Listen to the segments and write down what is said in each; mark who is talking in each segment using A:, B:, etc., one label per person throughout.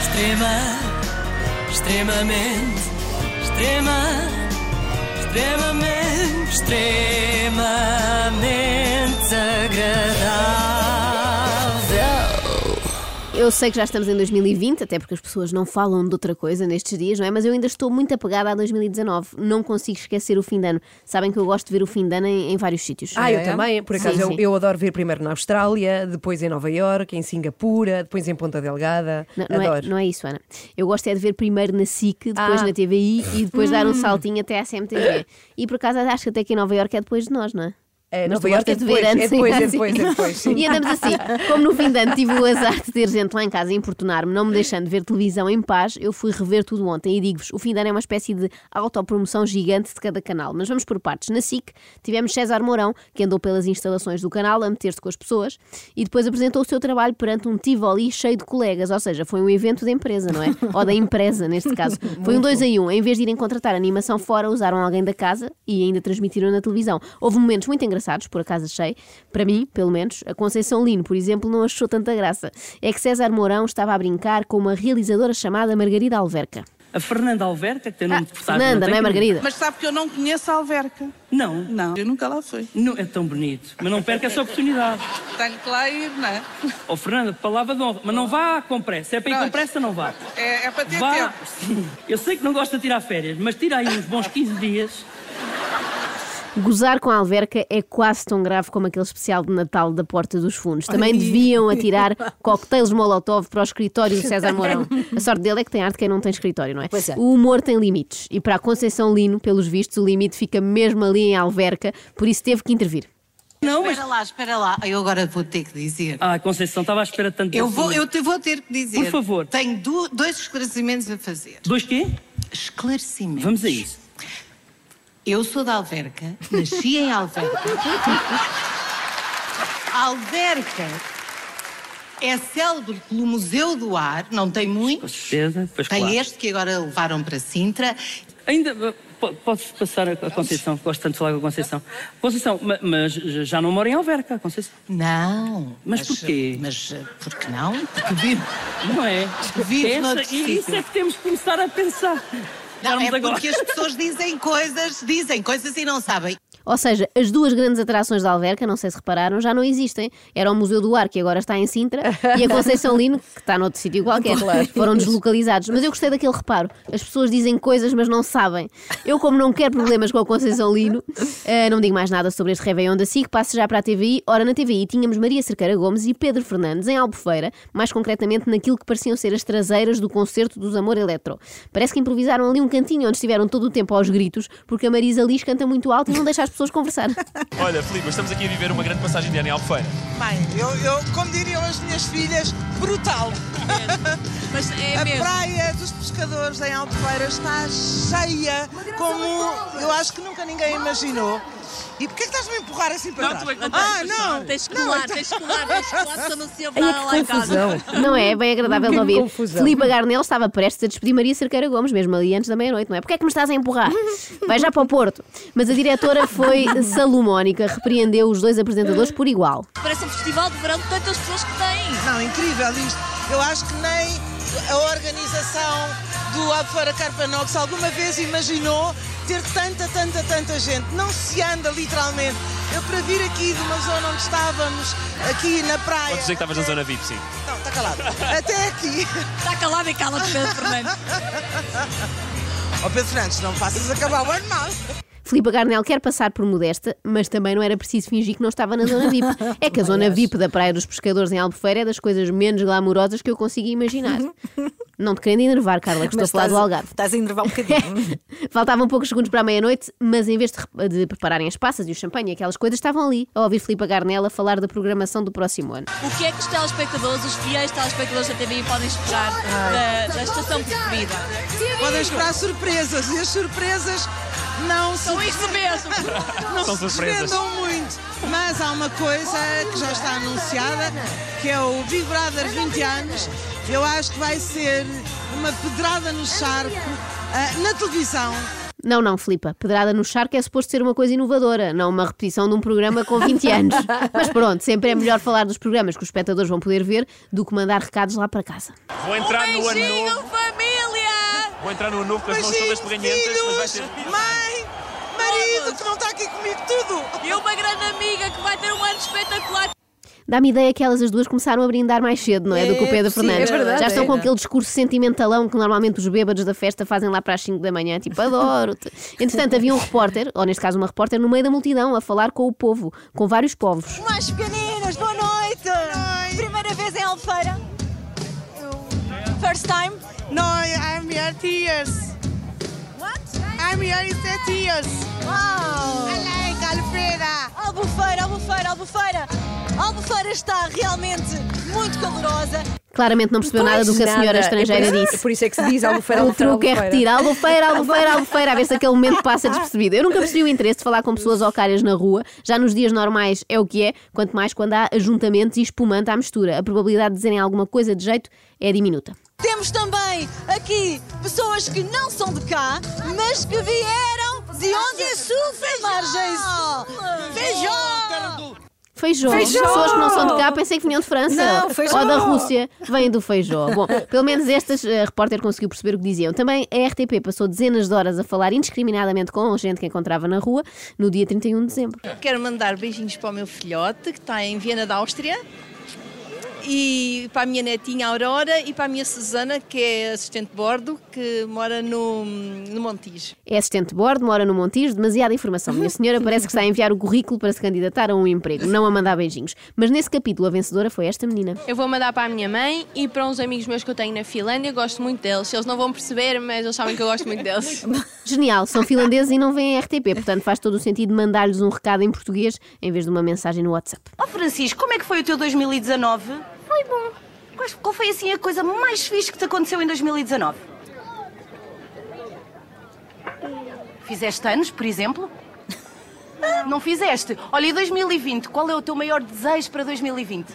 A: Extrema, extremamente, extrema, extremamente, extremamente agradável.
B: Eu sei que já estamos em 2020, até porque as pessoas não falam de outra coisa nestes dias, não é? Mas eu ainda estou muito apegada a 2019. Não consigo esquecer o fim de ano. Sabem que eu gosto de ver o fim de ano em, em vários sítios.
C: Ah, eu
A: É?
C: também, por acaso
B: Sim,
C: eu,
B: sim.
C: eu adoro ver primeiro na Austrália, depois em Nova Iorque, em Singapura, depois em Ponta Delgada.
B: Não, não é,
C: adoro.
B: não é isso, Ana. Eu gosto é de ver primeiro na SIC, depois
C: Ah.
B: na TVI e depois dar um saltinho até à CMTV. E por acaso acho que até aqui em Nova Iorque é depois de nós, não é?
C: É,
B: Mas
C: Nova
B: tu
C: Iorque
B: gostas
C: é
B: de ver
C: depois,
B: antes
C: é depois,
B: e
C: é
B: antes.
C: depois, é depois. sim.
B: E andamos assim, como no fim de ano tive o azar de ter gente lá em casa a importunar-me, não me deixando ver televisão em paz, eu fui rever tudo ontem e digo-vos: o fim de ano é uma espécie de autopromoção gigante de cada canal. Mas vamos por partes. Na SIC tivemos César Mourão, que andou pelas instalações do canal a meter-se com as pessoas e depois apresentou o seu trabalho perante um Tivoli cheio de colegas, ou seja, foi um evento da empresa, não é? Ou da empresa, neste caso. Foi um dois em um. Em vez de irem contratar animação fora, usaram alguém da casa e ainda transmitiram na televisão. Houve momentos muito engraçados, por acaso achei, para mim, pelo menos. A Conceição Lino, por exemplo, não achou tanta graça. É que César Mourão estava a brincar com uma realizadora chamada Margarida Alverca.
A: A Fernanda Alverca, que tem nome de portátil.
B: Fernanda, não
A: tem
B: é
A: que-
B: Margarida?
D: Mas sabe que eu não conheço a Alverca.
A: Não,
D: Não, eu nunca lá fui.
A: não é tão bonito. Mas não perca essa oportunidade.
D: Tenho que lá ir, não é?
A: Ó Fernanda, palavra de honra. Mas não vá com pressa. É para ir com
D: Pronto.
A: pressa, não vá.
D: É, é para ter
A: Vá.
D: tempo.
A: Sim. Eu sei que não gosta de tirar férias, mas tira aí uns bons 15 dias.
B: Gozar com a alverca é quase tão grave como aquele especial de Natal da Porta dos Fundos. Também deviam atirar coquetéis Molotov para o escritório do César Mourão. A sorte dele é que tem arte quem não tem escritório, não é?
E: Pois é.
B: O humor tem limites. E para a Conceição Lino, pelos vistos, o limite fica mesmo ali em alverca, por isso teve que intervir.
A: Não, mas.
E: Espera lá, espera lá. Eu agora vou ter que dizer.
A: Ah, Conceição, estava à espera tanto
E: Eu
A: desse
E: vou,
A: momento.
E: eu te vou ter que dizer.
A: Por favor.
E: Tenho du- dois esclarecimentos a fazer.
A: Dois quê?
E: Esclarecimentos.
A: Vamos a isso.
E: Eu sou da Alverca, nasci em Alverca. Alverca é célebre pelo Museu do Ar, não tem
A: Com
E: muito.
A: certeza. Pois
E: Tem
A: claro.
E: este que agora levaram para Sintra.
A: Ainda. eh, po- Podes passar a a Conceição, gosto tanto de falar com a Conceição. Conceição, ma- mas já não mora em Alverca, Conceição.
E: Não.
A: Mas porquê?
E: Mas eh, por que não? Porque vivo.
A: Não é?
E: Vive
A: Essa,
E: noutro
A: e isso
E: sítio.
A: é que temos que começar a pensar.
E: Não,
A: Darmos
E: é
A: agora-
E: porque as pessoas dizem coisas, dizem coisas e não sabem.
B: Ou seja, as duas grandes atrações da Alverca, não sei se repararam, já não existem. Era o Museu do Ar, que agora está em Sintra, e a Conceição Lino, que está noutro sítio qualquer. Foram deslocalizados. Mas eu gostei daquele reparo. As pessoas dizem coisas, mas não sabem. Eu, como não quero problemas com a Conceição Lino, eh, não digo mais nada sobre este Réveillon da SIC, passo já para a TVI. Ora, na TVI tínhamos Maria Cerqueira Gomes e Pedro Fernandes em Albufeira, mais concretamente naquilo que pareciam ser as traseiras do concerto dos Amor Eletro. Parece que improvisaram ali um cantinho onde estiveram todo o tempo aos gritos, porque a Marisa Liz canta muito alto e não deixa as pessoas conversar.
F: Olha, Filipe, estamos aqui a viver uma grande passagem de ano em Albufeira.
D: Bem, eu, eu, como diriam as minhas filhas, brutal.
G: Mas é
D: a
G: mesmo.
D: praia dos pescadores em Albufeira está cheia, como eu acho que nunca ninguém imaginou. E porquê que estás-me a empurrar assim para
G: Não, tu é
D: trás?
G: que não
D: ah,
G: tens
D: não! então-
G: Tens que colar, tens que colar, tens que colar, senão não se ouve
C: Ai, é
G: nada lá em
C: que
D: Ah,
C: confusão.
G: casa.
B: Não é? É bem agradável de
C: Que
B: ouvir.
C: confusão.
B: Filipe Garnel estava prestes a despedir Maria Cerqueira Gomes, mesmo ali antes da meia-noite, não é? Porquê é que me estás a empurrar? Vai já para o Porto. Mas a diretora foi salomónica, repreendeu os dois apresentadores por igual.
G: Parece um festival de verão de tantas pessoas que têm.
D: Não, incrível isto. Eu acho que nem a organização do Abfara Carpanox alguma vez imaginou ter tanta, tanta, tanta gente. Não se anda literalmente. Eu para vir aqui de uma zona onde estávamos, aqui na praia.
F: Podes dizer que estavas na zona VIP, sim.
D: Não, está calado. Até aqui.
G: Está calado e cala-te, Pedro Fernandes.
D: Ó Pedro Fernandes, não me faças acabar o ano mal.
B: Filipe Garnel quer passar por modesta, mas também não era preciso fingir que não estava na zona VIP. É que a zona VIP da Praia dos Pescadores em Albufeira é das coisas menos glamourosas que eu consigo imaginar. Não te querendo enervar, Carla, que estou a
E: Mas
B: falar do
E: estás-
B: Algarve.
E: Estás a enervar um bocadinho.
B: Faltavam poucos segundos para a meia-noite, mas em vez de, rep- de prepararem as passas e o champanhe e aquelas coisas, estavam ali a ouvir Filipe Garnela falar da programação do próximo ano.
G: O que é que os telespectadores, os fiéis telespectadores da TV podem esperar eh, da, da estação preferida?
D: Podem esperar surpresas e as surpresas não se
G: São isso mesmo.
D: não
F: São
D: se
F: surpresas.
D: desvendam muito, mas há uma coisa que já está anunciada, que é o Big Brother 20 anos. Eu acho que vai ser uma pedrada no charco ah, na eh, televisão.
B: Não, não, Filipa. Pedrada no charco é suposto ser uma coisa inovadora, não uma repetição de um programa com 20 anos. Mas pronto, sempre é melhor falar dos programas que os espectadores vão poder ver do que mandar recados lá para casa.
F: Vou
G: Um
F: entrar no ano novo.
G: beijinho, família!
F: Vou entrar no ano novo com as mãos todas ferranhentas, mas vai ser.
D: filhos, mãe, marido, que não está aqui comigo, tudo.
G: E uma grande amiga que vai ter um ano espetacular.
B: Dá-me ideia que elas as duas começaram a brindar mais cedo, não é? Do que o Pedro
C: possível,
B: Fernandes.
C: é verdade.
B: Já estão com
C: É.
B: aquele discurso sentimentalão que normalmente os bêbados da festa fazem lá para as 5 da manhã, tipo, adoro-te. Entretanto, havia um repórter, ou neste caso uma repórter, no meio da multidão, a falar com o povo, com vários povos.
H: Mais pequeninas, boa noite! Primeira vez em Albufeira? First time?
D: No, I'm here tears.
H: What?
D: I'm here is the tears.
H: Uau!
D: Like Alfreda.
H: Albufeira, Albufeira, Albufeira! Albufeira está realmente muito calorosa.
B: Claramente não percebeu nada do que a
C: Pois,
B: senhora
C: nada.
B: estrangeira
C: É por-
B: disse.
C: Por isso é que se diz albufeira,
B: O
C: albufeira,
B: truque é
C: albufeira.
B: repetir albufeira, albufeira, albufeira, a ver se aquele momento passa despercebido. Eu nunca percebi o interesse de falar com pessoas ocárias na rua. Já nos dias normais é o que é, quanto mais quando há ajuntamentos e espumante à mistura. A probabilidade de dizerem alguma coisa de jeito é diminuta.
H: Temos também aqui pessoas que não são de cá, mas que vieram de onde é sul, margem sul. Feijão!
B: Feijó.
C: Feijó!
B: Pessoas que não são de cá, pensei que vinham de França.
C: Não, feijó!
B: Ou da Rússia, vêm do feijó. Bom, pelo menos estas a repórter conseguiu perceber o que diziam. Também a RTP passou dezenas de horas a falar indiscriminadamente com gente que encontrava na rua no dia 31 de dezembro.
I: Quero mandar beijinhos para o meu filhote, que está em Viena da Áustria, e para a minha netinha Aurora e para a minha Susana, que é assistente de bordo, que mora no, no Montijo.
B: É assistente de bordo, mora no Montijo, demasiada informação. Minha senhora parece que está a enviar o currículo para se candidatar a um emprego, não a mandar beijinhos. Mas nesse capítulo a vencedora foi esta menina.
J: Eu vou mandar para a minha mãe e para uns amigos meus que eu tenho na Finlândia. Gosto muito deles. Eles não vão perceber, mas eles sabem que eu gosto muito deles.
B: Genial, são finlandeses e não vêm a RTP, portanto faz todo o sentido mandar-lhes um recado em português em vez de uma mensagem no WhatsApp.
H: Ó Francisco, como é que foi o teu 2019? Foi bom. Quais- Qual foi assim a coisa mais fixe que te aconteceu em 2019? Fizeste anos, por exemplo? Não fizeste? Olha, e 2020, qual é o teu maior desejo para 2020?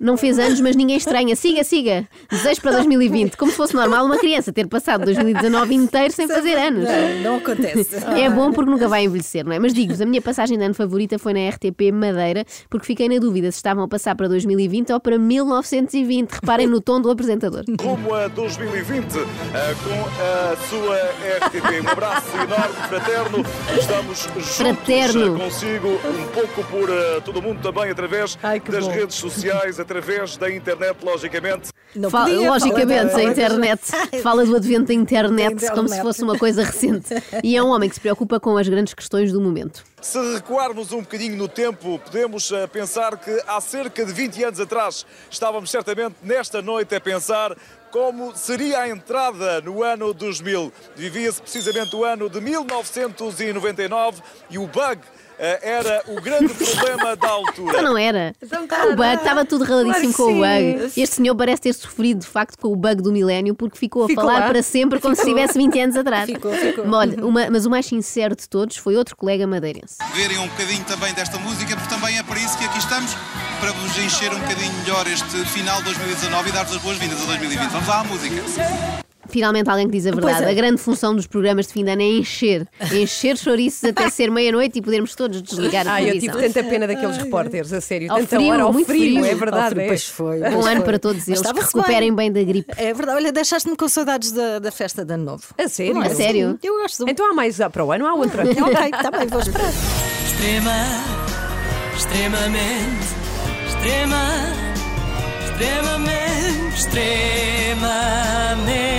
B: Não fez anos, mas ninguém estranha. Siga, siga. Desejo para 2020. Como se fosse normal uma criança ter passado 2019 inteiro sem fazer anos.
C: Não, não acontece.
B: É bom porque nunca vai envelhecer, não é? Mas digo-vos, a minha passagem de ano favorita foi na RTP Madeira, porque fiquei na dúvida se estavam a passar para 2020 ou para 1920. Reparem no tom do apresentador.
K: rumo a 2020 eh, com a sua RTP. Um abraço enorme, fraterno. Estamos juntos
B: Fraterno.
K: eh, consigo, um pouco por eh, todo o mundo também, através
C: Ai, que
K: das
C: bom.
K: redes sociais, através da internet, logicamente.
C: Não
B: Fala-
C: podia,
B: logicamente, a
C: fala-
B: internet. Fala do advento da internet,
C: Da
B: como se
C: internet.
B: fosse uma coisa recente. E é um homem que se preocupa com as grandes questões do momento.
K: Se recuarmos um bocadinho no tempo, podemos eh, pensar que há cerca de 20 anos atrás estávamos certamente nesta noite a pensar como seria a entrada no ano 2000. Vivia-se precisamente o ano de 1999 e o bug eh, era o grande problema da altura.
B: Então não era. o bug estava tudo reladíssimo com o
C: Claro que
B: bug.
C: sim.
B: Este senhor parece ter sofrido de facto com o bug do milénio porque ficou a
C: Ficou
B: falar
C: lá.
B: para sempre como se
C: Ficou.
B: tivesse 20 anos atrás.
C: Ficou, ficou. Uhum.
B: Mas, olha, uma- mas o mais sincero de todos foi outro colega madeirense.
K: verem um bocadinho também desta música, porque também é para isso que aqui estamos, para vos encher um bocadinho melhor este final de 2019 e dar-vos as boas-vindas a 2020. Vamos lá à música.
B: Finalmente alguém que diz a verdade.
C: é.
B: A grande função dos programas de fim de ano é encher. Encher chouriços até ser meia-noite e podermos todos desligar a
C: Ai, eu tive
B: televisão.
C: tanta pena daqueles repórteres, a sério.
B: Ao
C: tanta
B: frio,
C: hora ao
B: muito
C: frio,
B: frio.
C: é verdade.
L: Ao frio,
C: é.
L: pois foi.
B: Um ano para todos eles que
L: estava-se
B: recuperem bem da gripe.
L: É verdade, olha, deixaste-me com saudades da, da festa de Ano Novo.
C: A sério?
B: A é sério?
L: Eu gosto.
C: Então há mais ah, para o ano, há outra.
L: ok, está bem, vou esperar.
D: Extrema, extremamente, extrema, extremamente, extremamente.